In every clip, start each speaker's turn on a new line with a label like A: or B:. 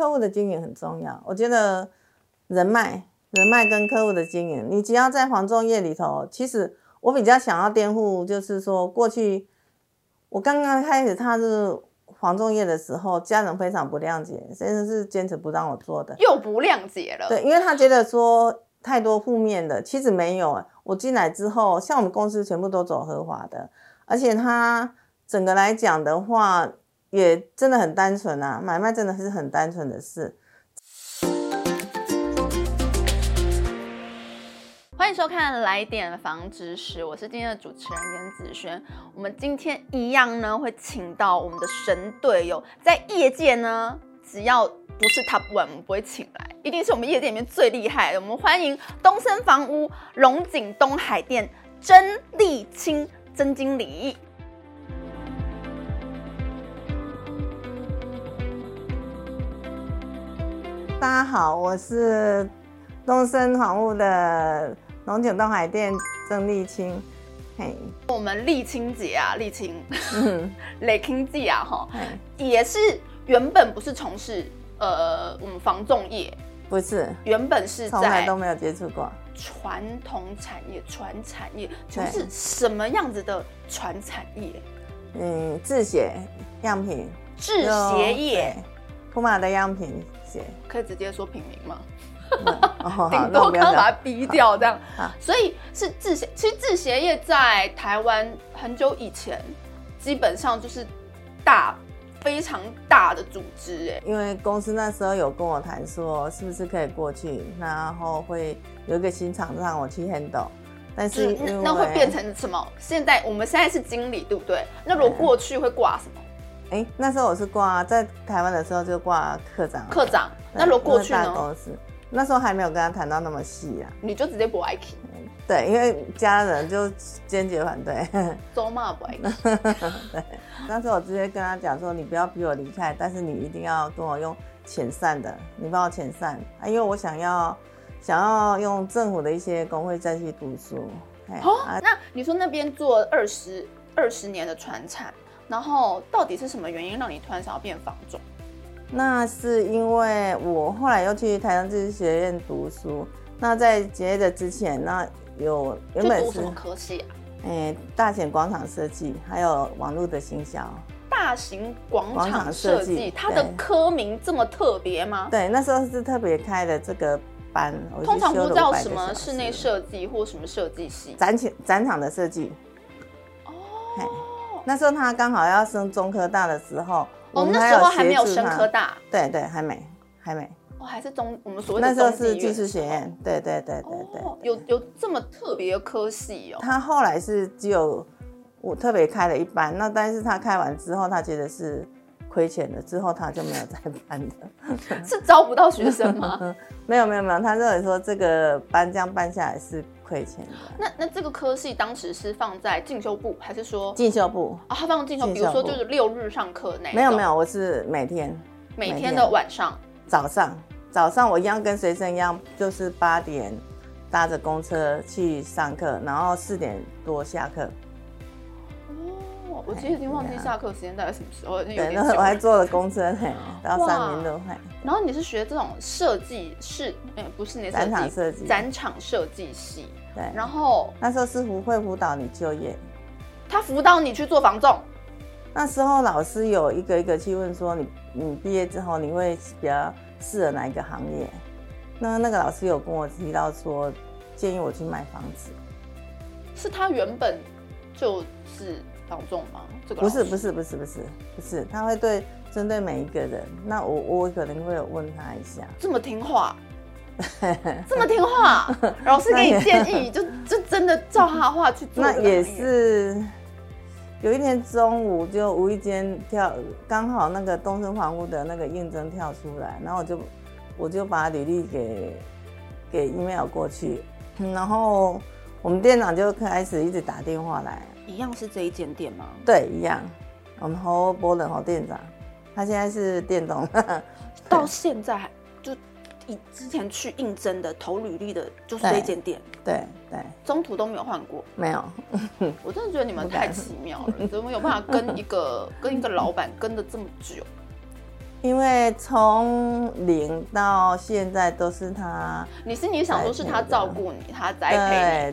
A: 客户的经营很重要，我觉得人脉、人脉跟客户的经营，你只要在黄仲业里头，其实我比较想要颠覆，就是说过去我刚刚开始踏入黄仲业的时候，家人非常不谅解，甚至是坚持不让我做的。
B: 又不谅解了。
A: 对，因为他觉得说太多负面的，其实没有。啊我进来之后，像我们公司全部都走合法的，而且他整个来讲的话，也真的很单纯啊，买卖真的是很单纯的事。
B: 欢迎收看《来点房知识》，我是今天的主持人严子轩。我们今天一样呢，会请到我们的神队友，在业界呢，只要不是 Top One，我们不会请来，一定是我们业界里面最厉害的。我们欢迎东森房屋龙井东海店甄丽清甄经理。
A: 大家好，我是东森房屋的龙井东海店郑丽清。嘿，
B: 我们丽清姐啊，丽清
A: 嗯，
B: 雷清姐啊，哈，
A: 嘿，
B: 也是原本不是从事呃我们房仲业，
A: 不是，
B: 原本是
A: 从
B: 在
A: 来都没有接触过。
B: 传统产业、传产业，从
A: 对
B: 事什么样子的传产业？
A: 嗯，制鞋样品，
B: 制鞋
A: 有
B: 业
A: 对普马的样品鞋。
B: 可以直接说品名吗？
A: 哦，好
B: 顶
A: 那我
B: 多
A: 不
B: 刚
A: 要
B: 刚把
A: 讲
B: 它逼掉这样
A: 好好。
B: 所以是制鞋，其实制鞋业在台湾很久以前，基本上就是大非常大的组织，哎，
A: 因为公司那时候有跟我谈说，是不是可以过去，然后会有一个新厂让我去 handle，但
B: 就是是
A: 因为
B: 嗯那会变成什么？现在我们现在是经理，对不对？那如果过去会挂什么？
A: 哎、那时候我是挂在台湾的时候就挂科长，
B: 科长。
A: 对
B: 那如果过去
A: 因为哎大
B: 呢？
A: 公司那时候还没有跟他谈到那么细啊，
B: 你就直接不爱 k
A: 对，因为家人就坚决反对，
B: 周骂不爱 k
A: 那时候我直接跟他讲说，你不要逼我离开，但是你一定要跟我用遣散的，你帮我遣散啊，因为我想要想要用政府的一些工会再去读书，哎
B: 哦，那你说那边做二十二十年的船产，然后到底是什么原因让你突然想要变房总？
A: 那是因为我后来又去台南自治学院读书，那在结业的之前，那有
B: 就
A: 原本
B: 读
A: 是
B: 什么科系啊？
A: 诶、大显广场设计，还有网络的行销。
B: 大型广
A: 广
B: 场
A: 场
B: 设
A: 设计
B: 计，它的
A: 对
B: 科名这么特别吗？
A: 对，那时候是特别开的这个班，我去
B: 通常
A: 修
B: 不
A: 了
B: 叫
A: 500
B: 什
A: 个
B: 么
A: 小
B: 室
A: 时
B: 内设计或什么设计系
A: 展场展场的设计。嘿
B: 哦
A: 那时候他刚好要升中科大的时候，我
B: 哦，
A: 们
B: 那时候还没有
A: 协助
B: 升
A: 他
B: 科，大，
A: 对对，还没还没，
B: 哦，还是中我们所谓的
A: 那时候
B: 中地
A: 是技
B: 院
A: 术
B: 的时
A: 学
B: 候
A: 院，对对对对对
B: 哦，有有这么特别的科系哦，
A: 他后来是只有我特别开了一班，那但是他开完之后，他觉得是亏钱了，之后他就没有再办了。
B: 是招不到学生吗？
A: 没有没有没有，他认为说这个班这样办下来是亏钱的。
B: 那那这个科系当时是放在进修部，还是说
A: 进修部
B: 啊，他放进修，
A: 进
B: 比如
A: 修
B: 说
A: 部
B: 就是六日上课那一种
A: 没有没，有，我是每天
B: 每
A: 每
B: 天
A: 天
B: 的晚上
A: 早上早上我一样跟学生一样，就是八点搭着公车去上课，然后四点多下课。
B: 哦，我其实已经忘记
A: 对啊
B: 下课时间大概什么时候，哎有
A: 对，
B: 点
A: 那
B: 久
A: 我还
B: 了。
A: 坐了公车 嘿，到
B: 哇
A: 三明路嘿。
B: 然后你是学这种设计室，嗯，不是那
A: 展场设计
B: 展场设计系。
A: 对，
B: 然后
A: 那时候是福会辅导你就业。
B: 他辅导你去做房仲，
A: 那时候老师有一个一个去问说你，你毕业之后你会比较适合哪一个行业？那那个老师有跟我提到说，建议我去买房子，
B: 是他原本就是房仲吗？这个
A: 不是
B: 老师
A: 不是不是不是不是，他会对针对每一个人。那我我可能会有问他一下，
B: 这么 听话，这么听话，老师给你建议，就就真的照他的话去做。
A: 那也，是有一天中午就无意间跳，刚好那个东升房屋的那个应征跳出来，然后我就我就把履历给给 email 过去，嗯然后我们店长就开始一直打电话来，
B: 一样是这一间店吗？
A: 对，一样，我们侯伯冷侯店长，他现在是店长，
B: 到现在还就以之前去应征的投履历的，就是这一间店，
A: 对对，
B: 中途都没有换过。
A: 没有，嗯
B: 我真的觉得 你们太奇妙了，怎么有办法跟一个跟一个老板跟的这么久？
A: 因为从零到现在都是他
B: 你心里想说是他照顾你，他栽培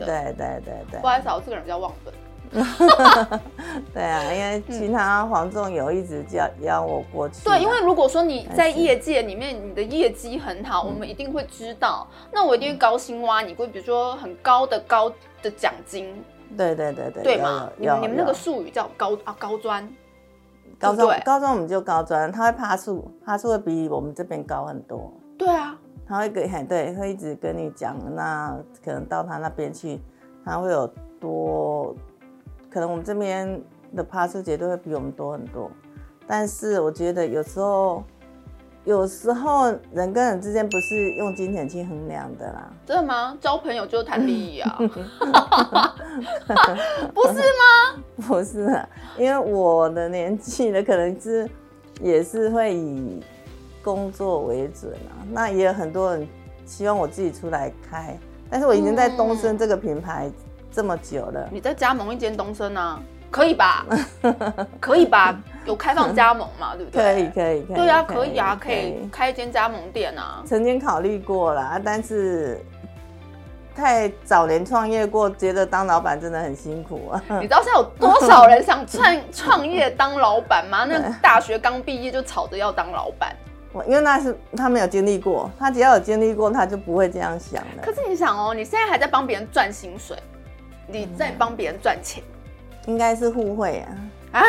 A: 对
B: 你的。
A: 对对对对
B: 不好意思啊，我这个人比较忘本。
A: 对啊，因为其他黄仲有一直叫邀我过去啊，
B: 对，因为如果说你在
A: 但是嗯
B: 业界里面你的业绩很好，我们一定会知道。那我一定会高薪挖你，会比如说很高的高的奖金，
A: 对对对对
B: 对
A: 有
B: 吗？你
A: 有
B: 们
A: 有
B: 你们那
A: 有
B: 个术语叫高啊高专，
A: 高
B: 对不
A: 中
B: 对
A: 高中我们就高专，他会爬树，爬树会比我们这边高很多，
B: 对啊，
A: 他会跟很对，会一直跟你讲，那可能到他那边去，他会有多，可能我们这边的爬树绝对会比我们多很多，但是我觉得有时候。有时候人跟人之间不是用金钱去衡量的啦，
B: 真的吗？交朋友就是谈利益 啊，不是吗？
A: 不是、啊，因为我的年纪呢，可能是也是会以工作为准啊。那也有很多人希望我自己出来开，但是我已经在东升这个品牌这么久了，
B: 你再加盟一间东升啊，可以吧？ 可以吧？有开放加盟嘛？对不对？
A: 可以，可以，可以，
B: 对啊，可以啊，可以开一间加盟店啊。
A: 曾经考虑过啦，但是太早年创业过，觉得当老板真的很辛苦啊。
B: 你知道现在有多少人想创创业当老板
A: 嗯
B: 吗？那大学刚毕业就吵着要当老板。
A: 我因为那是他没有经历过，他只要有经历过，他就不会这样想了
B: 可。是你想哦，你现在还在帮别人赚薪水，你在帮别人赚钱
A: 应该是互惠啊，
B: 啊，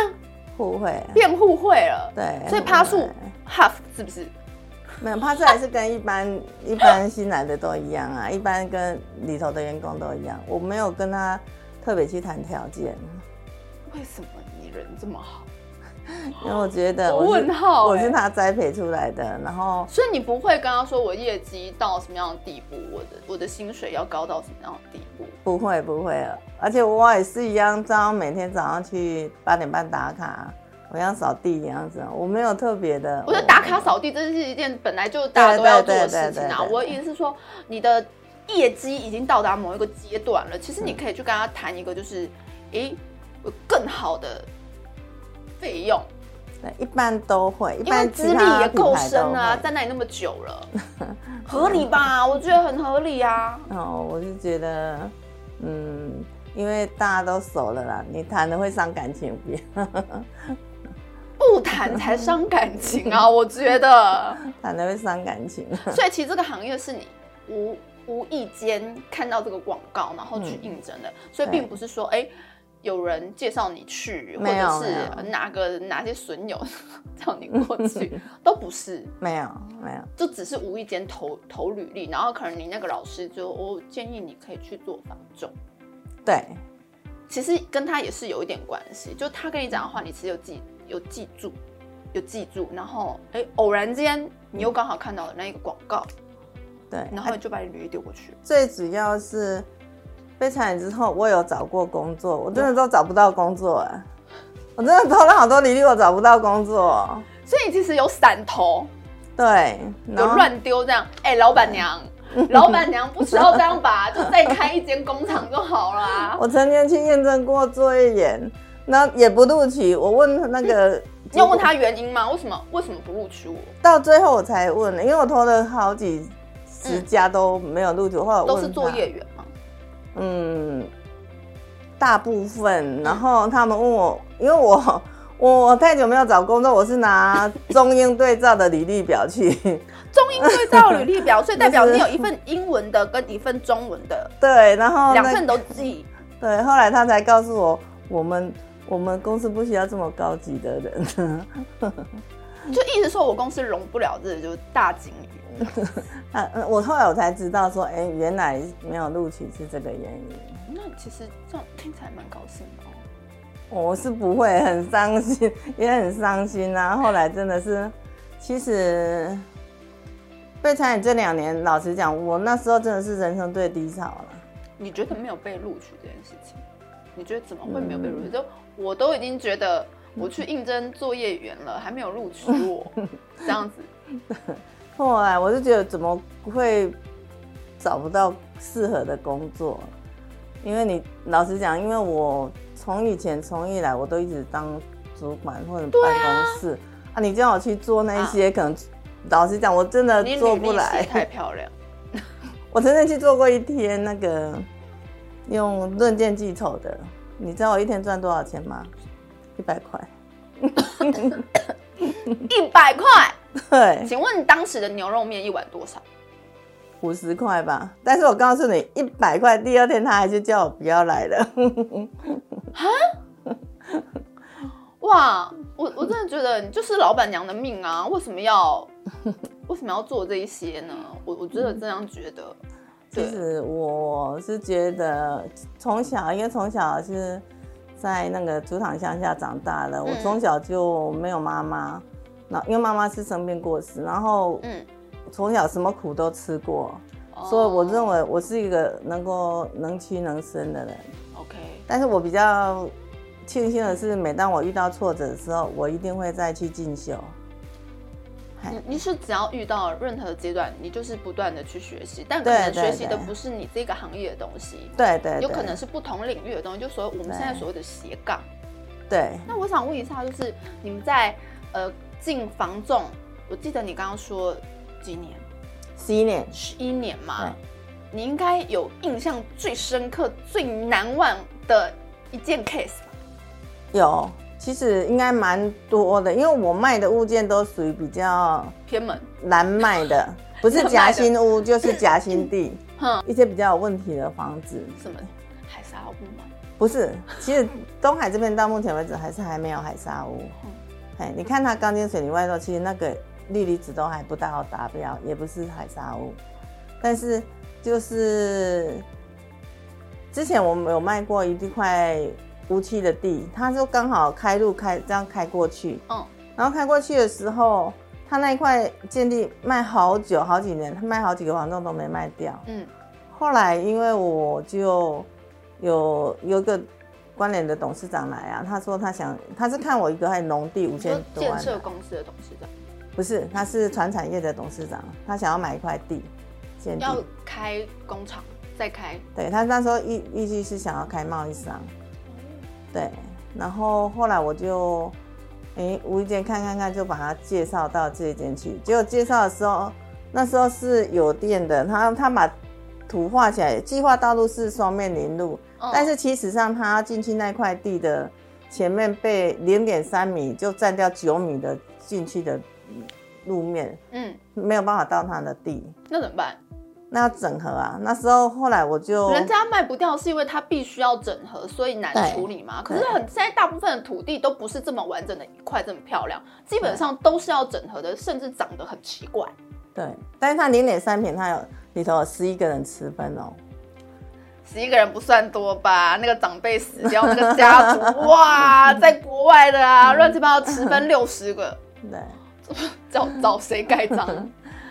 A: 互惠、啊。
B: 变互惠了。
A: 对，
B: 所以趴树
A: 对
B: half 是不是？
A: 没有趴树还是跟一般一般新来的都一样啊，一般跟里头的员工都一样。我没有跟他特别去谈条件，
B: 为什么你人这么好？
A: 因为我觉得
B: 我
A: 我是
B: 问号欸
A: 我是他栽培出来的，然后
B: 所以你不会跟他说我业绩到什么样的地步，我的我的薪水要高到什么样的地步？
A: 不会不会了，而且我也是一样，照样每天早上去八点半打卡，我要扫地一样子，啊我没有特别的。
B: 我觉得打卡扫地这是一件本来就大家都要做的事情啊。
A: 对对对对对
B: 我的意思是说，你的业绩已经到达某一个阶段了，其实
A: 嗯
B: 你可以去跟他谈一个，就是，诶，有更好的费用，
A: 对一般都会，一
B: 因为
A: 般
B: 资
A: 其
B: 历
A: 他
B: 也够
A: 品牌都
B: 深了啊，
A: 会
B: 在那里那么久 了，合理吧？我觉得很合理啊。
A: 哦，我是觉得，嗯，因为大家都熟了啦，你谈的会伤感情，不要
B: 不谈才伤感情啊，我觉得。
A: 谈的会伤感情。
B: 所以其实这个行业是你无无意间看到这个广告，然后去应
A: 嗯
B: 征的，所以并不是说哎。有人介绍你去，或
A: 没有
B: 者是
A: 没
B: 哪个哪些损友 叫你过 去，都不是，
A: 没有，没有，
B: 就只是无意间投投履历，然后可能你那个老师就我建议你可以去做房仲，
A: 对，
B: 其实跟他也是有一点关系，就他跟你讲的话，你其实有记有记住，有记住，然后哎偶然间你又刚好看到了那一个广告，
A: 对。
B: 然
A: 啊
B: 后你就把你履历丢过去，
A: 最主要是被裁员之后，我有找过工作，我真的都找不到工作哎、我真的投了好多履历，我找不到工作。
B: 所以你其实有散投，
A: 对，
B: 有
A: 然后
B: 乱丢这样。哎、老板 娘，老板娘不需要这样吧，就再开一间工厂就好了、 啊。
A: 我曾经去验证过作业员，那也不录取。我问那个主管，
B: 你有问他原因吗？为什么为什么不录取我？
A: 到最后我才问了，因为我投了好几十家都没有录取，后来我
B: 都
A: 问
B: 是
A: 他
B: 作业员吗？
A: 嗯，大部分。然后他们问我，因为我 我太久没有找工作，我是拿中英对照的履历表去，
B: 中英对照履历表，所以代表你有一份英文的跟一份中文的，
A: 对，然后
B: 两
A: 哦那
B: 份都记。
A: 对，后来他才告诉我，我们我们公司不需要这么高级的人，
B: 就一直说我公司容不了这个就是大金鱼。
A: 啊，嗯我后来我才知道说，哎，原来没有录取是这个原因。
B: 那其实这样听起来蛮高兴的、哦。
A: 我是不会很伤心，也很伤心啊。 后来真的是，其实被裁员这两年，老实讲，我那时候真的是人生最低潮了。
B: 你觉得没有被录取这件事情，你觉得怎么会没有被录
A: 嗯
B: 取？就我都已经觉得我去应征作业员了，还没有录取我，这样 子
A: 后来我就觉得怎么会找不到适合的工作？因为你老实讲，因为我从以前从以来我都一直当主管或者办公室啊啊，你叫我去做那一些，可能老实讲，我真的
B: 你履
A: 做
B: 历
A: 不来
B: 写。太漂亮，
A: 我曾经去做过一天那个用论件计酬的，你知道我一天赚多少钱吗？一百块。
B: 一百块。
A: 对，
B: 请问当时的牛肉面一碗多少？
A: 五十块吧。但是我告诉你，一百块，第二天他还是叫我不要来了。
B: 哇，我我真的觉得你就是老板娘的命啊！为什么要为什么要做这一些呢？我我真的这样觉得。
A: 其
B: 对，
A: 实我是觉得从小，因为从小是在那个竹塘乡下长大的，我
B: 嗯
A: 从小就没有妈妈，那因为妈妈是生病过世，然后
B: 嗯，
A: 从小什么苦都吃过，
B: 哦
A: 所以我认为我是一个能够能屈能伸的人。
B: 哦 OK，
A: 但是我比较庆幸的是，每当我遇到挫折的时候，我一定会再去进修。嗨
B: 你你是只要遇到任何阶段，你就是不断的去学习，但可
A: 对
B: 能
A: 对
B: 学习的
A: 对
B: 不是你这个行业的东西，
A: 对对对，
B: 有可能是不同领域的东西，就所谓我们现在所谓的斜杠。
A: 对。
B: 那我想问一下，就是你们在呃进房仲，我记得你刚刚说几年，
A: 十一年，
B: 十一年嘛，你应该有印象最深刻、最难忘的一件 case 吧？
A: 有，其实应该蛮多的，因为我卖的物件都属于比较
B: 偏门，
A: 难卖的，不是夹心屋就是夹心地，
B: 哼，
A: 一些比较有问题的房子，
B: 什么海沙屋吗？
A: 不是。其实东海这边到目前为止还是还没有海沙屋
B: 嗯，
A: 哎，你看它钢筋水泥外露，其实那个氯离子都还不到达标，也不是海沙屋，但是就是之前我们有卖过一块无漆的地，它就刚好开路开这样开过去，
B: 嗯，
A: 然后开过去的时候，他那一块建地卖好久好几年，他卖好几个房仲都没卖掉。
B: 嗯
A: 后来因为我就有有一个关联的董事长来啊，他说他想他是看我一个还农地五
B: 你说
A: 千多
B: 建
A: 万
B: 设
A: 啊，
B: 公司的董事长
A: 不是，他是船产业的董事长，他想要买一块地建
B: 要
A: 地，
B: 开工厂，再开，
A: 对他那时候预预计是想要开贸易商，对，然后后来我就，哎，无意间看看看，就把他介绍到这间去。结果介绍的时候，那时候是有店的，他他把图画起来，计划道路是双面林路，
B: 嗯
A: 但是其实上他要进去那块地的前面被零点三米就占掉九米的进去的路面，
B: 嗯，
A: 没有办法到他的地。
B: 那怎么办？
A: 那要整合啊！那时候后来我就
B: 人家卖不掉是因为它必须要整合，所以难
A: 对
B: 处理嘛。可
A: 对
B: 是很现在大部分的土地都不是这么完整的一块这么漂亮，基本上都是要整合的，甚至长得很奇怪。
A: 对，但是他零点三平，他有里头有十一个人持分哦。
B: 十一个人不算多吧？那个长辈死掉，那个家 族哇，在国外的啊，乱七八糟十分六十 个，
A: 对
B: 找找谁盖 章？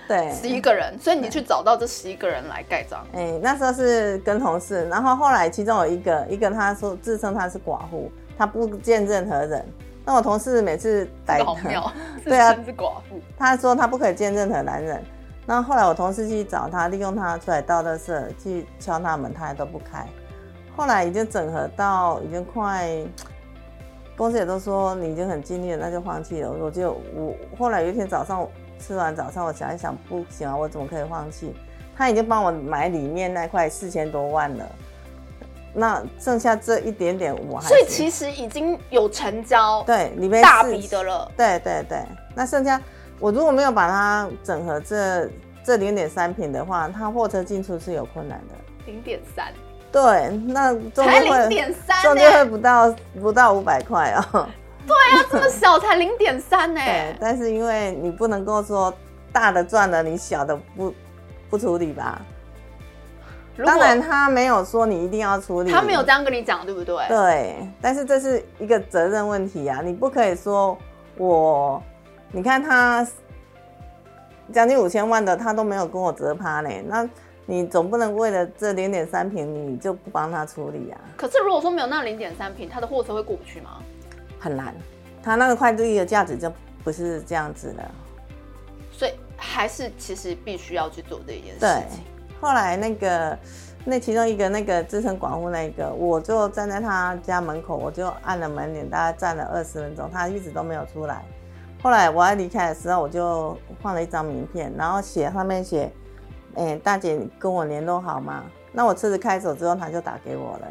A: 对，
B: 十一个人，所以你去找到这十一个人来盖章。
A: 哎、那时候是跟同事，然后后来其中有一个，一个他说自称他是寡妇，他不见任何人。那我同事每次逮
B: 这 个好妙，自
A: 对啊
B: 称是寡妇，
A: 他说他不可以见任何男人。那后来我同事去找他，利用他出来倒垃圾，去敲他门，他还都不开。后来已经整合到已经快，公司也都说你已经很尽力了，那就放弃了。我就我后来有一天早上吃完早餐，我想一想，不行啊，我怎么可以放弃？他已经帮我买里面那块四千多万了，那剩下这一点点我还
B: 所以
A: 是
B: 其实已经有成交
A: 对里面
B: 大
A: 是
B: 笔的了。
A: 对对对，那剩下我如果没有把它整合这这零点三平的话，它货车进出是有困难的。
B: 零点三，
A: 对，那中
B: 才
A: 间
B: 零
A: 会
B: 点三
A: 中间会
B: 呢，
A: 不到不到五百块 哦。
B: 这么小才零点三呢，
A: 对，但是因为你不能够说大的赚了，你小的不不处理吧。
B: 如果
A: 当然他没有说你一定要处理，
B: 他没有这样跟你讲，对不对？
A: 对，但是这是一个责任问题啊，你不可以说我，你看他将近五千万的，他都没有跟我折趴呢，那你总不能为了这零点三平你就不帮他处理啊，
B: 可是如果说没有那零点三平，他的货车会过不去吗？
A: 很难，他那个快递的价值就不是这样子了。
B: 所以还是其实必须要去做这一件
A: 对
B: 事情。，
A: 后来那个那其中一个那个资深广户那个，我就站在他家门口，我就按了门铃，大概站了二十分钟，他一直都没有出来。后来我要离开的时候，我就换了一张名片，然后写上面写，哎、大姐你跟我联络好吗？那我车子开走之后，他就打给我了，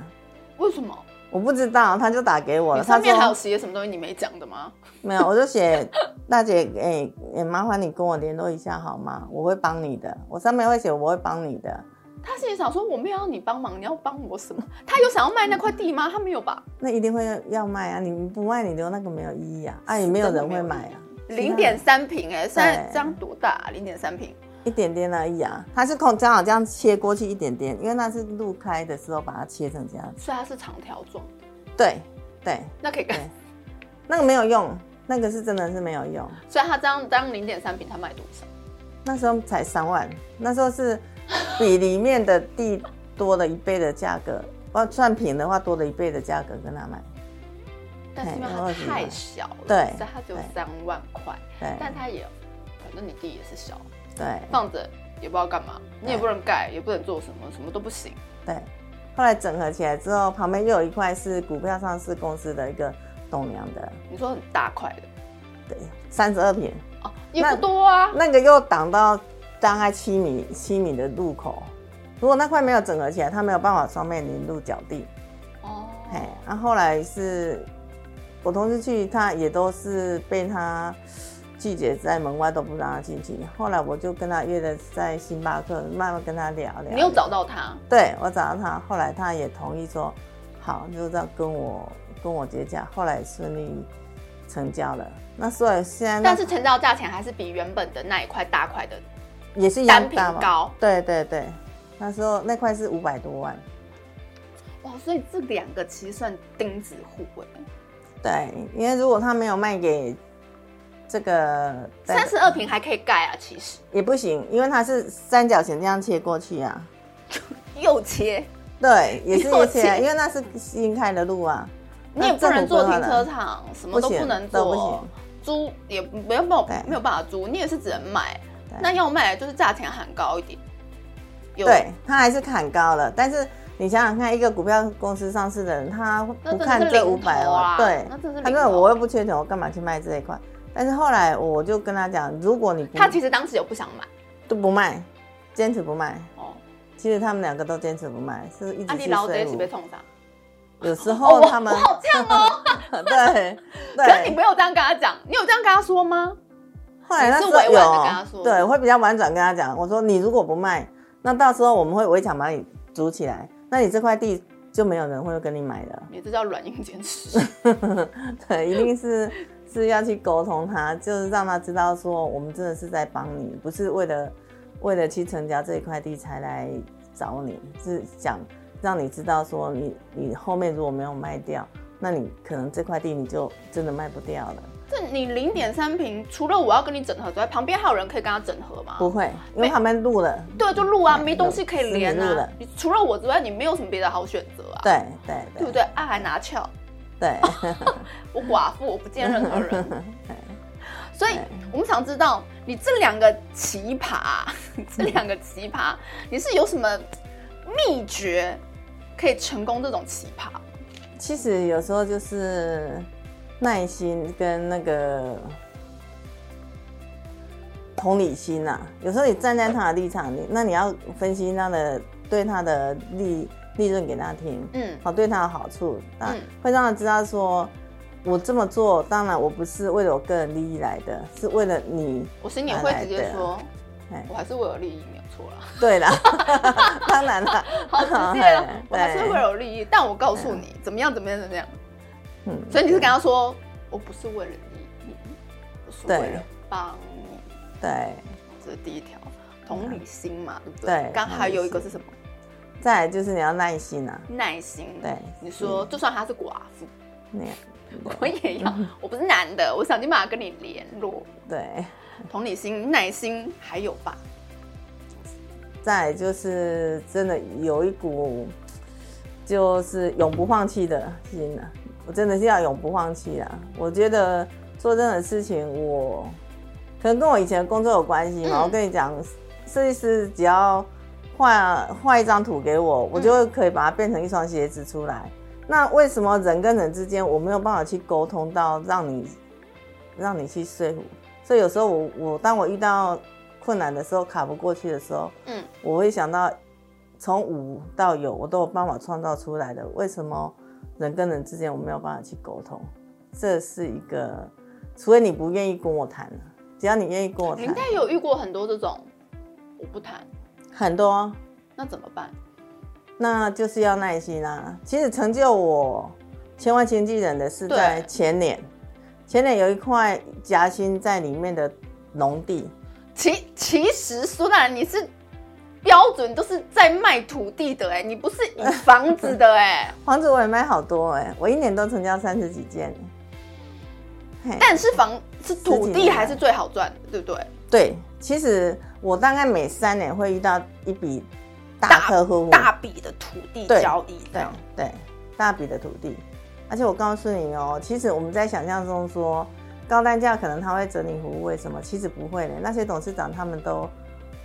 B: 为什么？
A: 我不知道，他就打给我
B: 你
A: 了。他
B: 上面
A: 说
B: 还有写什么东西你没讲的吗？
A: 没有，我就写大姐，哎、哎麻烦你跟我联络一下好吗？我会帮你的，我上面会写我会帮你的。
B: 他心里想说我没有要你帮忙，你要帮我什么？他有想要卖那块地吗？他没有吧？
A: 那一定会要卖啊！你不卖，你留那个没有意义啊！啊，也没有人会买啊，
B: 零点三平哎，现在
A: 对
B: 这样多大、啊？零点三平，
A: 一点点而已啊。它是空，刚好这样切过去一点点，因为那是路开的时候把它切成这样子。
B: 所以它是长条状，
A: 对对，
B: 那可以干。
A: 那个没有用，那个是真的是没有用。
B: 所以它这样当零点三平，它卖多少？
A: 那时候才三万，那时候是比里面的地多了一倍的价格，要算平的话多了一倍的价格跟他买。
B: 但是因为
A: 然后
B: 它
A: 是
B: 太小了，
A: 对
B: 所以它只有
A: 对
B: 三万块，
A: 对
B: 但它也，反正你地也是小，
A: 对
B: 放着也不知道干嘛，你也
A: 对
B: 不能盖，也不能做什么，什么都不行。
A: 对，后来整合起来之后，旁边又有一块是股票上市公司的一个栋梁的，
B: 你说很大块的
A: 对，三十二平。
B: 哦，也
A: 那
B: 不多啊，
A: 那个又挡到大概七米七米的路口，如果那块没有整合起来，它没有办法双面临路脚地。嘿
B: 哦，，
A: 然、后后来是我同事去，他也都是被他拒绝在门外，都不让他进去。后来我就跟他约了在星巴克，慢慢跟他聊聊。
B: 你又找到他，
A: 对我找到他，后来他也同意说好，就这样跟我跟我结价，后来顺利成交了。那所以现在那
B: 但是成交价钱还是比原本的那一块大块的
A: 也是一样
B: 单品
A: 大嘛
B: 高
A: 对对对，那时候那块是五百多万，
B: 哇，所以这两个其实算钉子户哎。
A: 对，因为如果他没有卖给这个
B: 三十二平还可以盖啊，其实
A: 也不行，因为它是三角形这样切过去啊。
B: 又切，
A: 对，也是
B: 了
A: 一
B: 解
A: 切，啊因为那是新开的路啊。
B: 你也不能做停
A: 场，
B: 车场，什么都
A: 不行
B: 不能
A: 都不
B: 做
A: 行，
B: 租也没有没有
A: 对
B: 没有办法租，你也是只能买
A: 对。
B: 那要卖就是价钱喊高一点，有
A: 对，它还是砍高了。但是你想想看，一个股票公司上市的人，他不看
B: 那真的是
A: 这五
B: 零头
A: 百万，
B: 啊
A: 对
B: 那真的是，
A: 他
B: 零
A: 说
B: 头
A: 我又不缺钱，我干嘛去卖这一块？但是后来我就跟他讲，如果你不
B: 他其实当时有不想买
A: 都不卖，坚持不卖，
B: 哦，
A: 其实他们两个都坚持不卖，是一
B: 啊
A: 直
B: 你
A: 去
B: 老贼
A: 税
B: 一起被
A: 务。
B: 冲上，
A: 有时
B: 哦
A: 候
B: 我
A: 他们
B: 我好呛哦，
A: 对
B: 可是你
A: 对，
B: 没有这样跟他讲，你有这样跟他说吗？
A: 后来那时
B: 你是委婉地跟他
A: 候
B: 说
A: 有对，我会比较婉转跟他讲，我说你如果不卖，那到时候我们会围墙把你筑起来，那你这块地就没有人会跟你买了。
B: 你这叫软硬兼施，
A: 对，一定是是要去沟通他，就是让他知道说我们真的是在帮你，不是为了为了去成交这一块地才来找你，是想让你知道说你你后面如果没有卖掉，那你可能这块地你就真的卖不掉了。
B: 这你零点三平，除了我要跟你整合之外，旁边还有人可以跟他整合吗？
A: 不会，因为他们录了，
B: 对，就录啊，
A: 对
B: 没东西可以连
A: 录
B: 啊
A: 了。
B: 你除了我之外，你没有什么别的好选择啊，
A: 对对
B: 对不
A: 对
B: 对？啊，还拿翘，
A: 对，
B: 我寡妇，我不见任何人。
A: 哎
B: 所以
A: 对
B: 我们想知道，你这两个奇葩，这两个奇葩，你是有什么秘诀可以成功这种奇葩？
A: 其实有时候就是耐心跟那个同理心呐、有时候你站在他的立场，你那你要分析他的对他的利利润给他听，
B: 嗯，
A: 好对他有好处，那
B: 嗯
A: 会让他知道说，我这么做，当然我不是为了我个人利益来的，是为了你。
B: 我心里会直接说
A: 哪来的哎，
B: 我还是为了利益，没有错 啦。
A: 对 啦，当然啦，，
B: 好 直接哦我还 是
A: 哎对
B: 为了利益，但我告诉你，怎么样，怎么样，怎么样。
A: 嗯
B: 所以你是跟他说，我不是为了利益，我是为了帮你。
A: 对。
B: 这是第一条，同理心嘛，对不对？
A: 嗯对
B: 刚还有一个是什么？
A: 再来就是你要耐心啊，
B: 耐心。
A: 对
B: 你说就算他是寡妇，
A: 那样
B: 我也要，
A: 嗯
B: 我不是男的，我想尽办法跟你联络。
A: 对。
B: 同理心、耐心还有吧？
A: 再来就是真的有一股就是永不放弃的心啊，我真的是要永不放弃啦。我觉得做任何事情我，可能跟我以前的工作有关系嘛。
B: 嗯
A: 我跟你讲，设计师只要画画一张图给我，我就会可以把它变成一双鞋子出来。那为什么人跟人之间我没有办法去沟通到让你让你去说服。所以有时候我我当我遇到困难的时候，卡不过去的时候，
B: 嗯，
A: 我会想到从无到有，我都有办法创造出来的。为什么人跟人之间我没有办法去沟通？这是一个，除非你不愿意跟我谈，啊只要你愿意跟我
B: 你
A: 谈
B: 应，该有遇过很多这种，我不谈，
A: 很多啊、
B: 那怎么办？
A: 那就是要耐心啦、其实成就我千万经纪人的是
B: 对
A: 在前年，前年有一块夹心在里面的农地，
B: 其其实苏兰你是标准都是在卖土地的哎、你不是以房子的 哎、
A: 房子我也卖好多哎、我一年都成交三十几件。嘿
B: 但是房是
A: 十
B: 土
A: 几
B: 地
A: 年
B: 还是最好赚的，对不对？
A: 对，其实我大概每三年会遇到一笔大
B: 大
A: 客户，
B: 大笔的土地
A: 对
B: 交易这
A: 对
B: 样，
A: 对，大笔的土地。而且我告诉你哦，其实我们在想象中说高单价可能他会整理服务，为什么？其实不会的，那些董事长他们都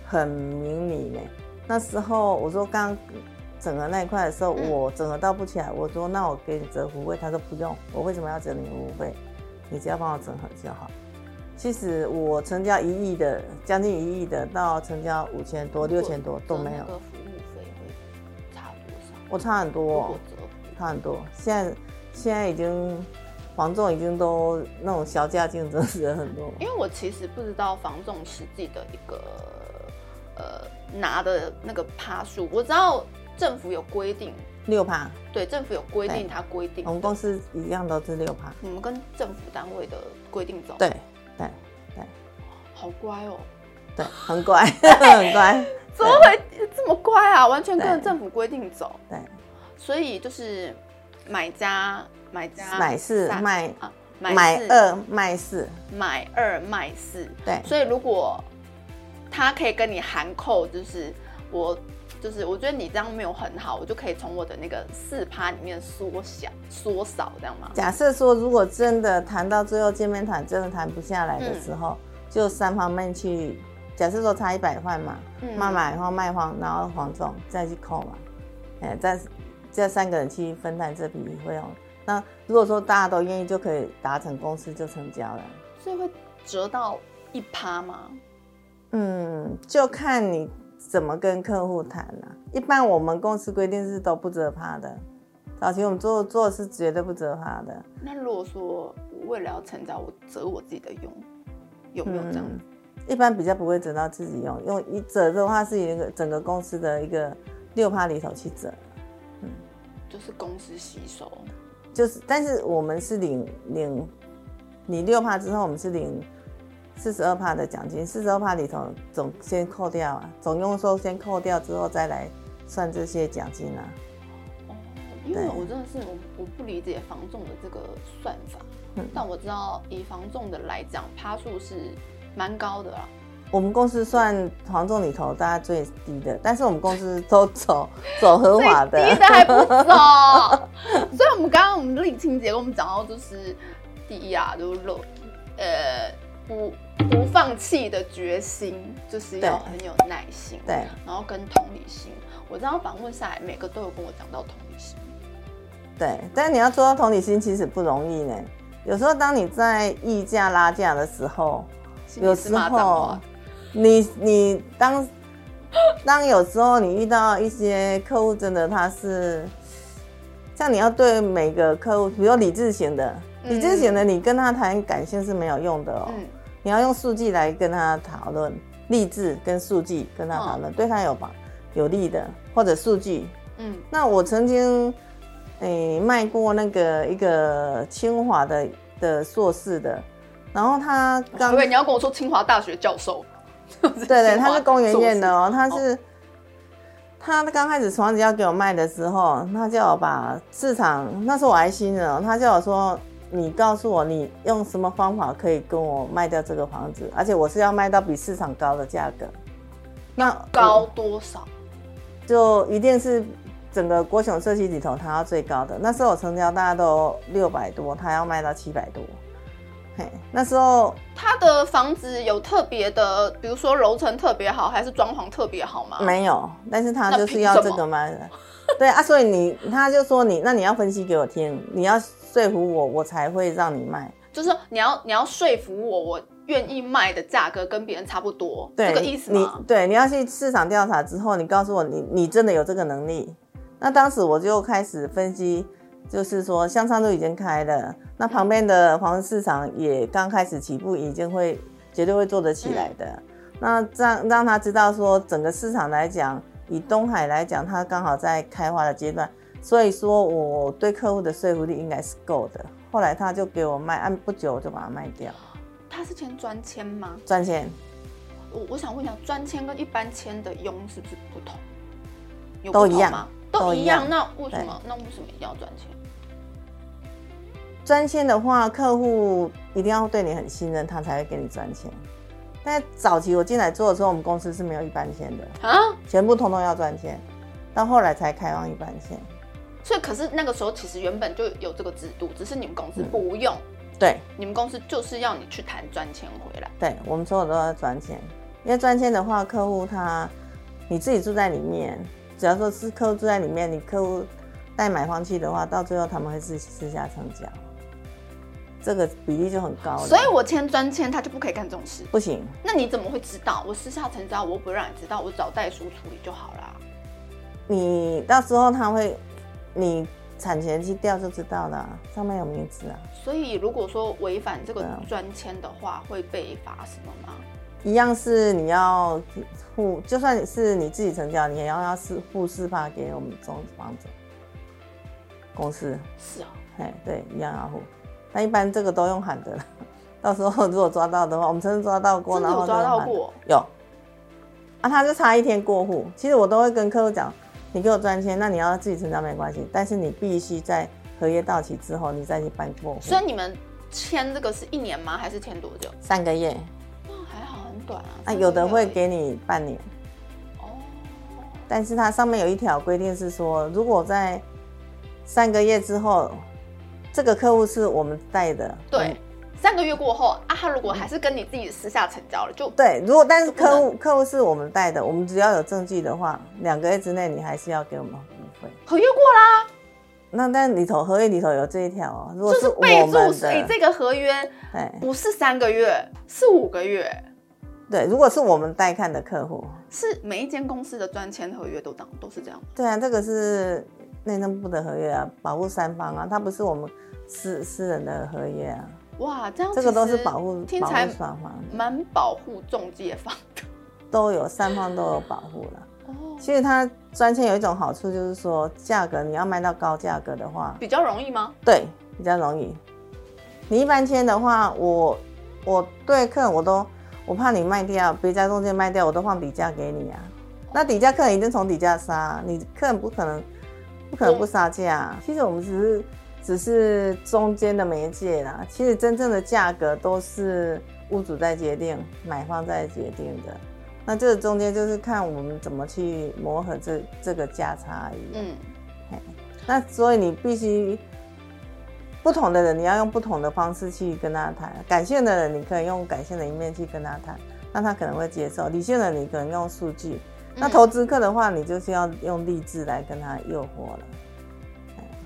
A: 很明理呢。那时候我说刚整合那一块的时候，
B: 嗯
A: 我整合到不起来，我说那我给你折服务费，他说不用，我为什么要折你服务费？你只要帮我整合就好。其实我成交一亿的，将近一亿的，到成交五千多、六千多都没有
B: 那，个服务费会差多少？
A: 我差很多、
B: 如
A: 哦。
B: 果折服
A: 差很多。现在现在已经房仲已经都那种小价竞争人很多，
B: 因为我其实不知道房仲实际的一个呃拿的那个趴数，我知道政府有规定，
A: 六趴，
B: 对政府有规定，
A: 对哦
B: 它规定
A: 我们公司一样都是六趴。
B: 你们跟政府单位的规定走，，
A: 对对
B: 好乖哦，
A: 对，很 乖很乖。
B: 怎么会这么乖啊？完全跟着
A: 对
B: 政府规定走，
A: 对，
B: 所以就是买家买家
A: 买四
B: 三
A: 卖
B: 啊
A: 买
B: 四
A: 二卖四，
B: 买二卖四，
A: 对
B: 所以如果他可以跟你含扣，就是我，就是我觉得你这样没有很好，我就可以从我的那个四趴里面缩小、缩少，这样吗？
A: 假设说，如果真的谈到最后见面谈真的谈不下来的时
B: 嗯
A: 候，就三方面去，假设说差一百万嘛，
B: 嗯
A: 妈妈然后卖方，然后黄总再去扣嘛，哎、再这三个人去分担这笔费用。那如果说大家都愿意，就可以达成共识，就成交了。
B: 所以会折到一趴吗？
A: 嗯，就看你怎么跟客户谈了、一般我们公司规定是都不折趴的，早期我们做做是绝对不折趴的。
B: 那如果说我为了要成交，我折我自己的用，有没有这样子？
A: 嗯，一般比较不会折到自己用，用一折的话是一个整个公司的一个六趴里头去折，
B: 就是公司吸收，
A: 就是但是我们是领领你六趴之后，我们是领四十二趴的奖金，四十二趴里头总先扣掉啊，总用收先扣掉之后再来算这些奖金啊，
B: 哦，因为
A: 对
B: 我真的是我我不理解房仲的这个算法，
A: 嗯
B: 但我知道以房仲的来讲，趴数是蛮高的啦。啊
A: 我们公司算黄总里头大家最低的，但是我们公司都走走合法的，
B: 最低的还不 走。所以，我们刚刚我们的理清姐跟我们讲到，就是第一啊，就是乐，呃，不不放弃的决心，就是要
A: 对
B: 很有耐心，，
A: 对，
B: 然后跟同理心。我这样访问下来，每个都有跟我讲到同理心，
A: 对，但你要做到同理心其实不容易呢。有时候当你在议价拉价的时候，
B: 心
A: 有
B: 里是
A: 时
B: 骂脏
A: 候
B: 话，
A: 你你当当有时候你遇到一些客户，真的他是像你要对每个客户，比如说理智型的，
B: 嗯
A: 理智型的你跟他谈感性是没有用的哦，
B: 嗯，
A: 你要用数据来跟他讨论，励志跟数据跟他
B: 哦
A: 讨论，对他有帮有利的或者数据
B: 嗯
A: 那我曾经诶、卖过那个一个清华的的硕士的，然后他
B: 嗯，
A: 刚
B: 因为你要跟我说清华大学教授， 对
A: 对对，他是工研院的
B: 哦，
A: 哦，他是、他刚开始房子要给我卖的时候，他叫我把市场，那时候我还新人哦，他叫我说。你告诉我你用什么方法可以跟我卖掉这个房子，而且我是要卖到比市场高的价格。那
B: 高多少？
A: 就一定是整个国雄社区里头它要最高的。那时候我成交大家都六百多，它要卖到七百多。嘿，那时候
B: 他的房子有特别的，比如说楼层特别好，还是装潢特别好吗？
A: 没有，但是他
B: 那
A: 就是
B: 凭
A: 要
B: 什
A: 这
B: 么
A: 个卖的。 对啊，所以你他就说你，那你要分析给我听，你要说服我，我才会让你卖。
B: 就是说你要你要说服我，我愿意卖的价格跟别人差不多，
A: 对，
B: 这个意思
A: 你
B: 吗？
A: 对，你要去市场调查之后，你告诉我你你真的有这个能力。那当时我就开始分析，就是说香肠都已经开了，那旁边的黄昏市场也刚开始起步，已经会绝对会做得
B: 嗯
A: 起来的。那让让他知道说，整个市场来讲，以东海来讲，它刚好在开花的阶段，所以说我对客户的说服力应该是够的。后来他就给我卖，按不久我就把它卖掉，
B: 他是签专签吗？
A: 赚钱。
B: 我我想问一下，专签跟一般签的佣是不是不同？有
A: 都
B: 不
A: 一
B: 同
A: 样
B: 吗？
A: 都
B: 都
A: 一
B: 一
A: 样
B: 样。那为什么？那为什么一定要专签？
A: 专签的话，客户一定要对你很信任，他才会给你专签。但早期我进来做的时候，我们公司是没有一般签的，
B: 啊？
A: 全部通通要专签，到后来才开放一般签。
B: 所以可是那个时候其实原本就有这个制度，只是你们公
A: 嗯
B: 司不用，
A: 对
B: 你们公司就是要你去谈专签回来。
A: 对，我们所有都要专签，因为专签的话，客户他你自己住在里面，只要说是客户住在里面，你客户带买方去的话，到最后他们会自私下成交，这个比例就很高了。
B: 所以我签专签，他就不可以干这种事。
A: 不行，
B: 那你怎么会知道？我私下成交，我又不会让你知道，我找代书处理就好啦。
A: 你到时候他会，你产权去调就知道了啊、上面有名字啊，
B: 所以如果说违反这个
A: 对啊
B: 专签的话，会被罚什么吗？
A: 一样是你要付，就算是你自己成交，你也要要是付四趴给我们中房子公司，
B: 是哦，
A: 哎，对，一样要付。那一般这个都用喊的了，到时候如果抓到的话，我们曾经抓到过，
B: 真的
A: 然后
B: 有
A: 就
B: 抓
A: 用
B: 到
A: 喊的
B: 过。
A: 有啊，他就差一天过户。其实我都会跟客户讲，你给我专签，那你要自己成交没关系，但是你必须在合约到期之后，你再去办过户。
B: 所以你们签这个是一年吗？还是签多久？
A: 三个月
B: 那还好，很短啊。
A: 啊，
B: 三个月
A: 有的会
B: 而已
A: 给你半年，
B: 哦。
A: 但是它上面有一条规定是说，如果在三个月之后，这个客户是我们带的，我们
B: 对，三个月过后啊，他如果还是跟你自己私下成交了，就
A: 对，如果但是
B: 就不能
A: 客户客户是我们带的，我们只要有证据的话，两个月之内你还是要给我们服务费。
B: 合约过啦，
A: 那但里头合约里头有这一条哦，如果
B: 就是是
A: 我
B: 备
A: 们
B: 注是哎，
A: 的，
B: 这个合约
A: 哎，
B: 不是三个月，是五个月，
A: 对，如果是我们带看的客户，
B: 是每一间公司的专签合约都当都是这样吗。
A: 对啊，这个是内政部的合约啊，保护三方啊，它不是我们私私人的合约啊。
B: 哇，这样
A: 这个都
B: 其
A: 是
B: 实
A: 保护
B: 听
A: 保
B: 起来
A: 护双方啊
B: 蛮保护中介方的
A: 都有，三方都有保护了。
B: 哦，
A: 其实它专签有一种好处，就是说价格你要卖到高价格的话，
B: 比较容易吗？
A: 对，比较容易。你一般签的话，我我对客人我都我怕你卖掉，别家中介卖掉，我都放底价给你啊。那底价客人一定从底价杀，你客人不可能不可能不杀价、啊其实我们只是只是中间的媒介啦，其实真正的价格都是屋主在决定，买方在决定的。那这个中间就是看我们怎么去磨合这这个价差而已。
B: 嗯，
A: 那所以你必须不同的人，你要用不同的方式去跟他谈。感性的人，你可以用感性的一面去跟他谈，那他可能会接受；理性的，你可能用数据。那投资客的话，你就是要用励志来跟他诱惑了。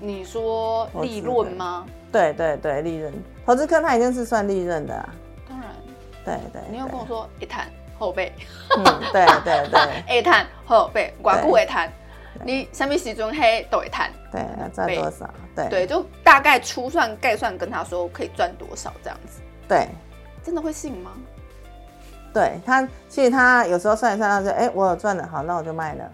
B: 你说
A: 投资
B: 利润吗？
A: 对对对，利润，投资客他一定是算利润的、啊。
B: 当然，
A: 对对
B: 你有跟我
A: 对
B: 说一谈后背，
A: 嗯，对对对
B: 一谈后背，寡
A: 对
B: 顾一谈，你什么时钟黑都一谈，
A: 对，赚多少？对
B: 对，就大概粗算概算跟他说可以赚多少这样子，
A: 对
B: 真的会信吗？
A: 对，他其实他有时候算一算，他说：“哎、我有赚了，好，那我就卖了。”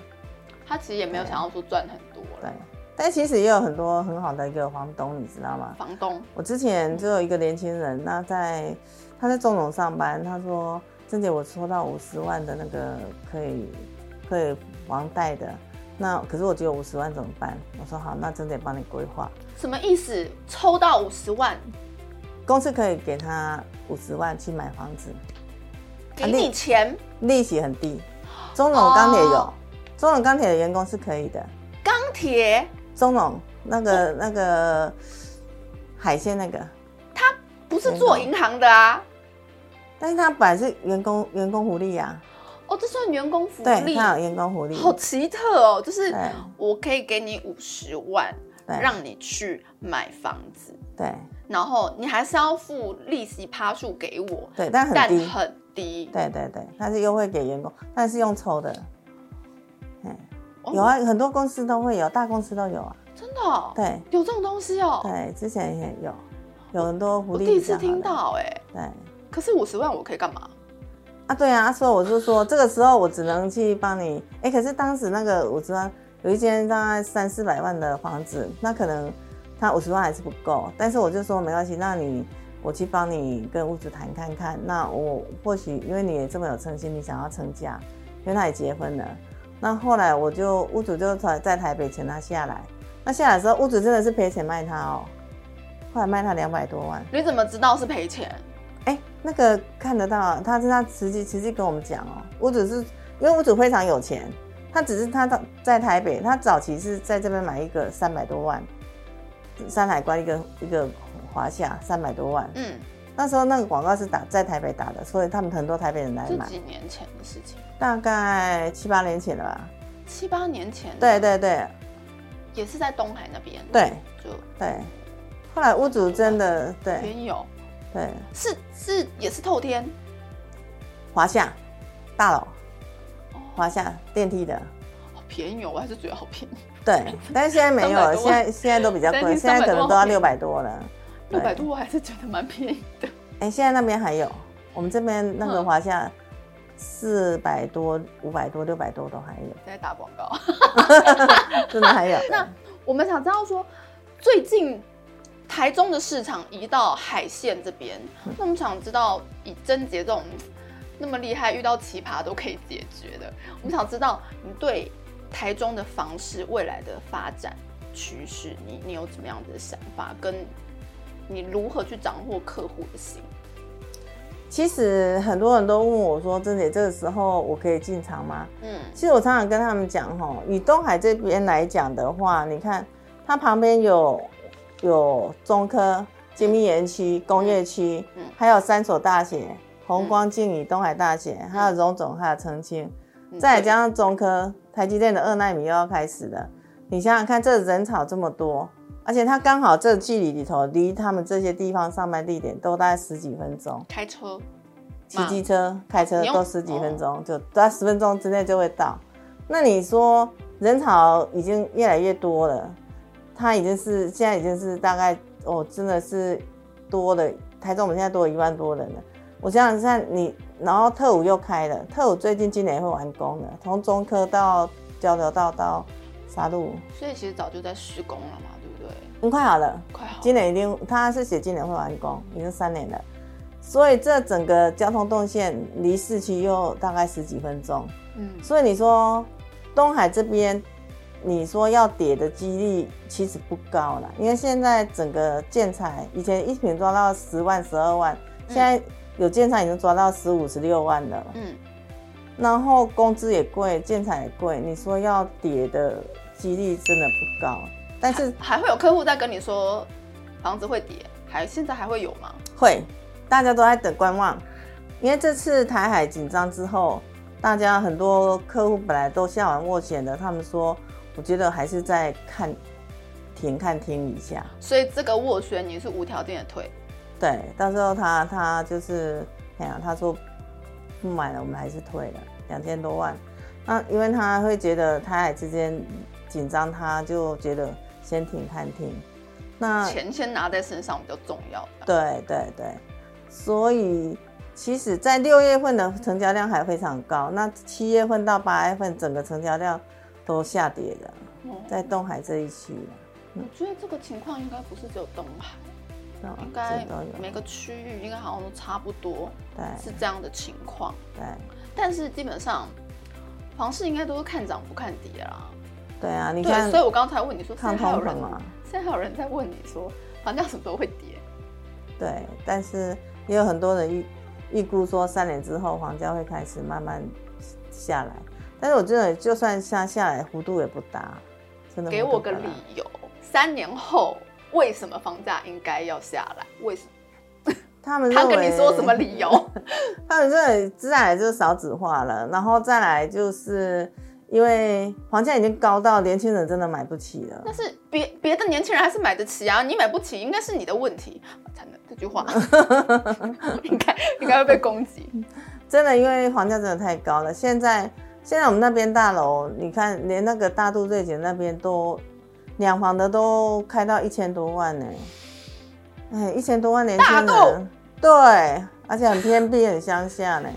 B: 他其实也没有想要说赚很多
A: 对
B: 了，，
A: 但其实也有很多很好的一个房东，你知道吗？
B: 房东
A: 我之前就有一个年轻人，那在他在中总上班，他说：“珍姐，我收到五十万的那个可以可以房贷的，那可是我只有五十万怎么办？”我说：“好，那珍姐帮你规划，
B: 什么意思？抽到五十万
A: 啊公司可以给他五十万去买房子，
B: 给你钱，
A: 利息很低。中总钢铁有，
B: 哦
A: 中总钢铁的员工是可以的，
B: 钢铁
A: 中总那个、那个海鲜那个。”
B: 不是做银行的啊。
A: 但是他本来是员工员工福利呀、
B: 哦，这算员工福
A: 啊，对，
B: 利，
A: 他有员工福利，
B: 好奇特哦！就是
A: 对
B: 我可以给你五十万，
A: 对
B: 让你去买房子，
A: 对
B: 然后你还是要付利息趴数给我，
A: 对，但很
B: 但
A: 低，
B: 很低。
A: 对对对，它是优惠给员工，但是用抽的，嗯，
B: 哦
A: 有啊，很多公司都会有，大公司都有啊，
B: 真的、哦、
A: 对
B: 有这种东西哦，
A: 对，之前也有，有很多福
B: 我
A: 利
B: 第一
A: 比较
B: 次
A: 好
B: 听
A: 的，
B: 到哎、
A: 对
B: 可是五十万我可以干嘛？
A: 啊，对啊，所以我就说这个时候我只能去帮你，哎，可是当时那个五十万有一间大概三四百万的房子，那可能他五十万还是不够，但是我就说没关系，那你。我去帮你跟屋主谈看看，那我或许因为你也这么有诚心，你想要成家，因为他也结婚了。那后来我就屋主就在在台北请他下来，那下来之后屋主真的是赔钱卖他哦，后来卖他两百多万。
B: 你怎么知道是赔钱？
A: 哎，那个看得到啊，他是他实际实际跟我们讲哦，屋主是因为屋主非常有钱，他只是他到在台北，他早期是在这边买一个三百多万，山海关一个一个华夏三百多万，
B: 嗯，
A: 那时候那个广告是打在台北打的，所以他们很多台北人来
B: 这
A: 买，
B: 几年前的事情，
A: 大概七八年前了吧。
B: 七八年前，
A: 对，对对
B: 也是在东海那边，，
A: 对
B: 就
A: 对，后来屋主真的对
B: 便宜哦，
A: 对
B: 是是也是透天，
A: 华夏大楼
B: 哦，
A: 华夏电梯的，
B: 好便宜哦，我还是觉得好便宜，
A: 对，但是现在没有了，
B: 300多
A: 现在现在都比较贵，
B: 三
A: 现
B: 千
A: 在可能都要
B: 300
A: 六百多了。对
B: 六百多我还是觉得蛮便宜的，
A: 哎，现在那边还有，我们这边那个
B: 嗯
A: 华夏四百多、五百多、六百多都还有，
B: 在打广告。
A: 真的还有。
B: 那我们想知道说，最近台中的市场移到海线这边，那我们想知道以贞洁这种那么厉害，遇到奇葩都可以解决的，我们想知道你对台中的房市未来的发展趋势，你你有怎么样的想法，跟你如何去掌握客户的心？
A: 其实很多人都问我说：“珍姐，这个时候我可以进场吗？”
B: 嗯，
A: 其实我常常跟他们讲哈，以东海这边来讲的话，你看它旁边有有中科、精密园区、工业区，
B: 嗯
A: 还有三所大学，红光、静宜、东海大学，还有荣总，还有澄清，
B: 嗯
A: 再加上中科，台积电的二纳米又要开始了。你想想看，这人潮这么多，而且它刚好这距离里头，离他们这些地方上班地点都大概十几分钟，
B: 开车，
A: 骑机车、开车
B: 你用
A: 都十几分钟，就在十分钟之内就会到。那你说人潮已经越来越多了，它已经是现在已经是大概哦，真的是多了。台中我们现在多了一万多人了。我想想看你，然后特五又开了，特五最近今年也会完工了，从中科到交流道到沙路，
B: 所以其实早就在施工了嘛，对不对？
A: 很快好了。
B: 快好，
A: 今年一定，他是写今年会完工，已经三年了，所以这整个交通动线离市区又大概十几分钟，
B: 嗯，
A: 所以你说东海这边，你说要跌的几率其实不高了，因为现在整个建材以前一瓶抓到十万、十二万，现在有建材已经抓到十五、十六万了，
B: 嗯，
A: 然后工资也贵，建材也贵，你说要跌的几率真的不高，但是
B: 还会有客户在跟你说房子会跌，还现在还会有吗？
A: 会，大家都在等观望，因为这次台海紧张之后，大家很多客户本来都下完斡旋的，他们说，我觉得还是再看停看听一下，
B: 所以这个斡旋你是无条件的退，
A: 对，到时候他他就是，哎呀，他说不买了，我们还是退了两千多万，那因为他会觉得台海之间紧张，他就觉得先停看听，那
B: 钱先拿在身上比较重要。
A: 对对对，所以其实，在六月份的成交量还非常高，那七月份到八月份整个成交量都下跌的，
B: 哦
A: 在东海这一区
B: 我觉得这个情况应该不是只有东海，
A: 对吧
B: 应该
A: 这都嗯有，哎
B: 每个区域应该好像都差不多
A: 对
B: 是这样的情况。
A: 对
B: 但是基本上房市应该都是看涨不看跌啦。
A: 对啊，你
B: 对，
A: 看
B: 所以我刚才问你说，现
A: 看
B: 在还有
A: 通
B: 人
A: 膨，啊，
B: 现在还有人在问你说房价什么时候会跌？
A: 对，但是也有很多人预预估说三年之后房价会开始慢慢下来，但是我觉得就算下下来幅度也不大，真的
B: 给
A: 幅
B: 我
A: 度
B: 个
A: 不大
B: 理由，三年后为什么房价应该要下来？为什么？
A: 他们
B: 他
A: 认
B: 跟你说
A: 为
B: 什么理由？
A: 他们这里自然就是少子化了，然后再来就是因为房价已经高到年轻人真的买不起了。
B: 但是别别的年轻人还是买得起啊，你买不起应该是你的问题。惨了，这 句话应该应该会被攻击。
A: 真的，因为房价真的太高了。现在现在我们那边大楼，你看连那个大肚瑞姐那边都两房的都开到一千多万呢、哎，一千多万年轻人，
B: 大肚
A: 对，而且很偏僻，很乡下呢、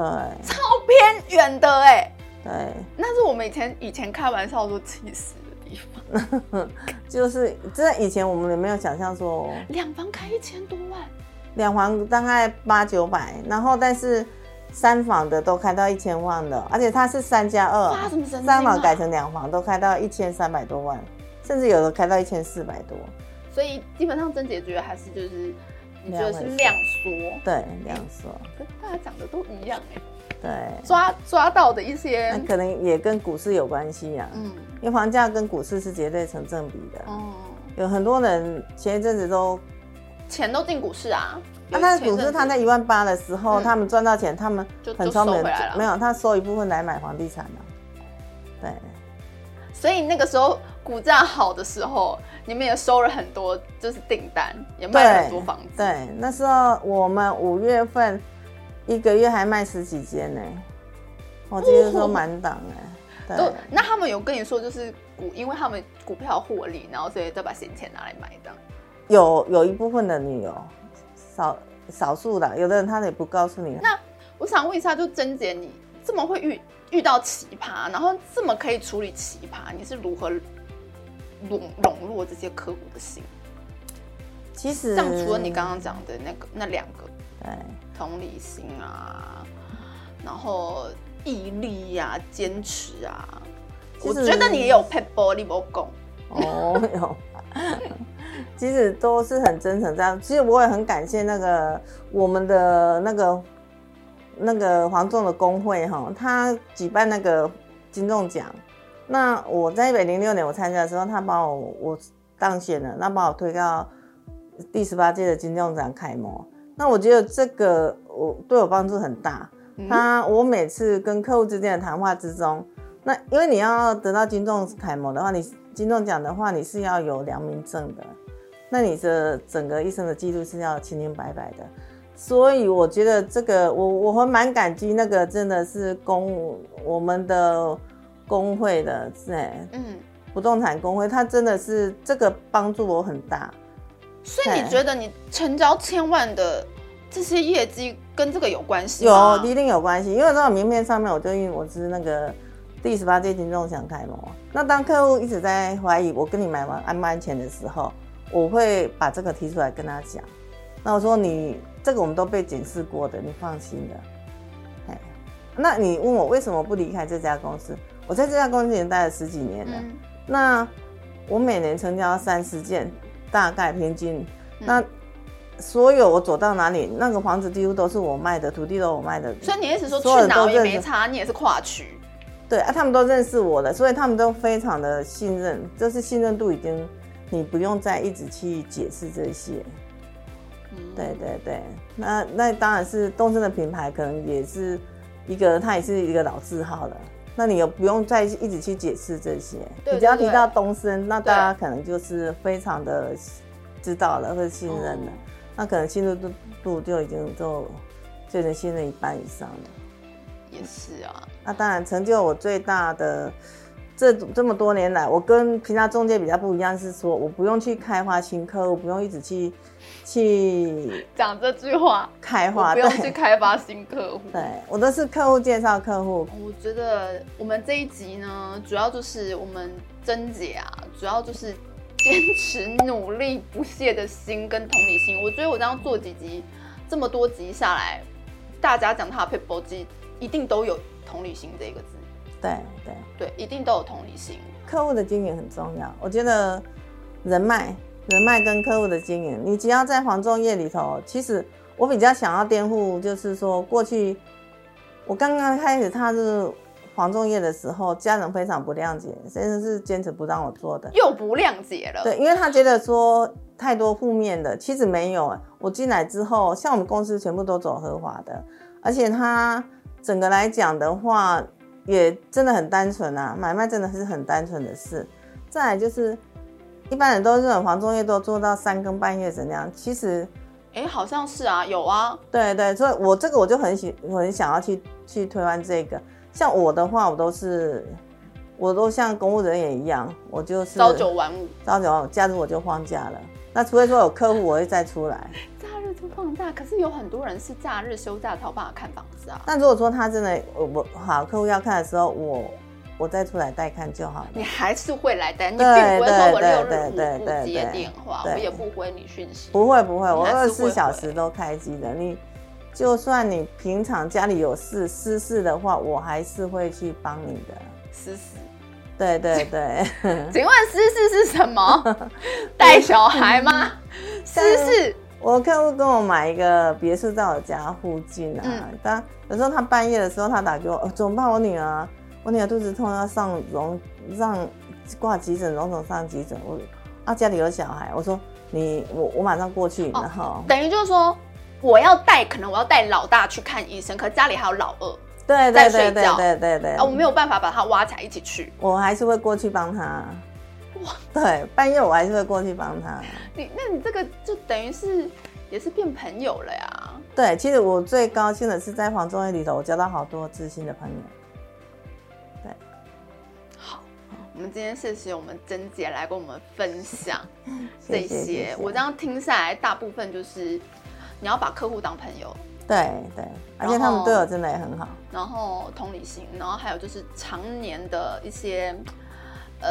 A: 对
B: 超偏远的哎、
A: 对，
B: 那是我们以前以前开玩笑说气死的地方，
A: 就是这以前我们也没有想象说
B: 两房开一千多万，
A: 两房大概八九百，然后但是三房的都开到一千万了，而且它是三加二
B: 发，什么神经、啊？
A: 三房改成两房都开到一千三百多万，甚至有的开到一千四百多。
B: 所以基本上真解决还是就是，你
A: 量
B: 就
A: 回
B: 是
A: 收
B: 量缩，
A: 对，这样说，
B: 跟大家讲的都一样哎、
A: 对，
B: 抓抓到的一些
A: 那，可能也跟股市有关系呀、
B: 嗯，
A: 因为房价跟股市是绝对成正比的。
B: 哦，
A: 有很多人前一阵子都，
B: 钱都进股市啊，
A: 啊，那
B: 有
A: 股
B: 一
A: 市
B: 阵子
A: 它在一万八的时候，
B: 嗯
A: 他们赚到钱，他们
B: 就
A: 很
B: 就
A: 聪
B: 收
A: 明
B: 回来，了
A: 没有，他收一部分来买房地产了。对，
B: 所以那个时候股价好的时候，你们也收了很多就是订单，也卖了很多房子，
A: 对，那时候我们五月份一个月还卖十几间呢、我记得说满档哎，对
B: 都，那他们有跟你说就是股，因为他们股票获利，然后所以再把闲钱拿来买这样。
A: 有有一部分的你有少少数的，有的人他也不告诉你，
B: 那我想问一下，就珍姐，你这么会遇遇到奇葩，然后这么可以处理奇葩，你是如何笼笼络这些客户的心？
A: 其实
B: 像除了你刚刚讲的那个那两个
A: 对。
B: 同理心啊，然后毅力呀、坚持啊，
A: 其
B: 我
A: 实
B: 觉得你也有 p e b l 你不讲，
A: 哦 哟，其实都是很真诚这样。其实我也很感谢那个我们的那个那个黄仲的工会哈，他举办那个金钟奖。那我在一百零六年我参加的时候，他把我我当选了，那把我推到第十八届的金钟奖楷模。那我觉得这个我对我帮助很大。
B: 嗯
A: 他我每次跟客户之间的谈话之中，那因为你要得到金钟楷模的话，你金钟奖的话，你是要有良民证的，那你的整个一生的记录是要清清白白的。所以我觉得这个我我还蛮感激那个真的是公我们的工会的哎
B: 嗯，
A: 不动产工会，他真的是这个帮助我很大。
B: 所以
A: 对
B: 你觉得你成交千万的这些业绩跟这个有关系吗？
A: 有一定有关系，因为这种名片上面我就印我是那个第十八届金钟奖楷模。那当客户一直在怀疑我跟你买完安不安全的时候，我会把这个提出来跟他讲。那我说你这个我们都被检视过的，你放心的。哎，那你问我为什么不离开这家公司？我在这家公司已经待了十几年了。
B: 嗯，
A: 那我每年成交三十件，大概平均。
B: 嗯
A: 那所有我走到哪里，那个房子几乎都是我卖的，土地都我卖的。
B: 所以你意思说去
A: 所有人
B: 哪
A: 都
B: 也
A: 认
B: 没
A: 识
B: 差，你也是跨区。
A: 对啊，他们都认识我了，所以他们都非常的信任，就是信任度已经，你不用再一直去解释这些。
B: 嗯
A: 对对对，那那当然是东升的品牌，可能也是一个，它也是一个老字号了。那你也不用再一直去解释这些，
B: 对
A: 你只要
B: 对
A: 提到
B: 对
A: 东升，那大家可能就是非常的知道了或者信任了，那可能信任度度就已经就就已经信任一半以上了。
B: 也是啊，
A: 那当然，成就我最大的这这么多年来，我跟平常中介比较不一样，是说我不用去开发新客户，不用一直去去
B: 讲这句话，
A: 开
B: 我
A: 发，
B: 不用
A: 啊对
B: 去开发新客户。
A: 对，我都是客户介绍客户，
B: 我觉得我们这一集呢，主要就是我们珍姐啊，主要就是坚持、努力、不懈的心跟同理心。我觉得我这样做几集，这么多集下来，大家讲他的 people 机一定都有同理心这一个字，
A: 对对，
B: 对，一定都有同理心。
A: 客户的经营很重要。我觉得人脉、人脉跟客户的经营，你只要在黄仲业里头，其实我比较想要颠覆，就是说过去我刚刚开始踏入黄仲业的时候，家人非常不谅解，先生是坚持不让我做的。
B: 又不谅解了，
A: 对，因为他觉得说太多负面的，其实没有。啊我进来之后，像我们公司全部都走合法的，而且他整个来讲的话，也真的很单纯啊，买卖真的是很单纯的事。再来就是，一般人都认为黄中介都做到三更半夜怎样，其实
B: 哎，好像是啊，有啊，
A: 对对，所以我这个我就很喜，我很想要去去推翻这个。像我的话，我都是，我都像公务人员一样，我就是
B: 朝九晚五，
A: 朝九晚五，假日我就放假了。那除非说有客户，我会再出来。
B: 假日就放假。可是啊有很多人是假日休假才有办法看房子啊。
A: 但如果说他真的我我好客户要看的时候，我我再出来带看就好了。
B: 你还是会来单，你并
A: 对
B: 不会说我
A: 对
B: 六
A: 对对
B: 日不
A: 对
B: 不接
A: 对
B: 电话，
A: 对
B: 我也不回你讯息。
A: 不会不会，我
B: 你还
A: 二
B: 是
A: 十
B: 会
A: 四
B: 回
A: 小时都开机的。你就算你平常家里有事私事的话，我还是会去帮你的。
B: 思思，
A: 对对对，
B: 请问思思是 什么？带小孩吗？思思，
A: 我客户跟我买一个别墅在我家附近啊
B: 嗯，
A: 他、有时候他半夜的时候他打给我，哦、怎么办？我女儿，我女儿肚子痛要上荣让挂急诊，荣总上急诊，我啊家里有小孩，我说你我我马上过去，
B: 哦
A: 然后
B: 等于就是说，我要带，可能我要带老大去看医生，可家里还有老二
A: 对对
B: 在睡
A: 对对
B: 觉
A: 对对对，
B: 啊，我没有办法把他挖起来一起去。
A: 我还是会过去帮他。对，半夜我还是会过去帮他。
B: 你那你这个就等于是也是变朋友了呀。
A: 对，其实我最高兴的是在黄宗业里头，我交到好多知心的朋友。
B: 我们今天谢谢我们珍姐来跟我们分享这
A: 谢
B: 些，
A: 谢谢谢
B: 我这样听下来，大部分就是你要把客户当朋友，
A: 对对，而且他们
B: 后
A: 对我真的也很好。
B: 然后同理心，然后还有就是常年的一些，呃，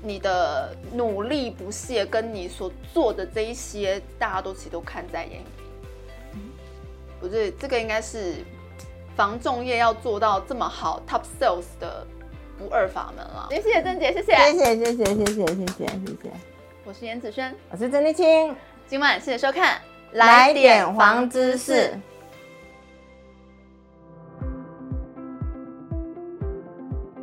B: 你的努力不懈跟你所做的这一些，大家都其实都看在眼里。我觉得这个应该是防重业要做到这么好 top sales 的不二法门了。也谢谢珍姐，谢谢，
A: 谢谢谢谢谢谢谢谢谢谢，
B: 我是严子轩，
A: 我是曾丽青，
B: 今晚谢谢收看，
A: 来点黄知识。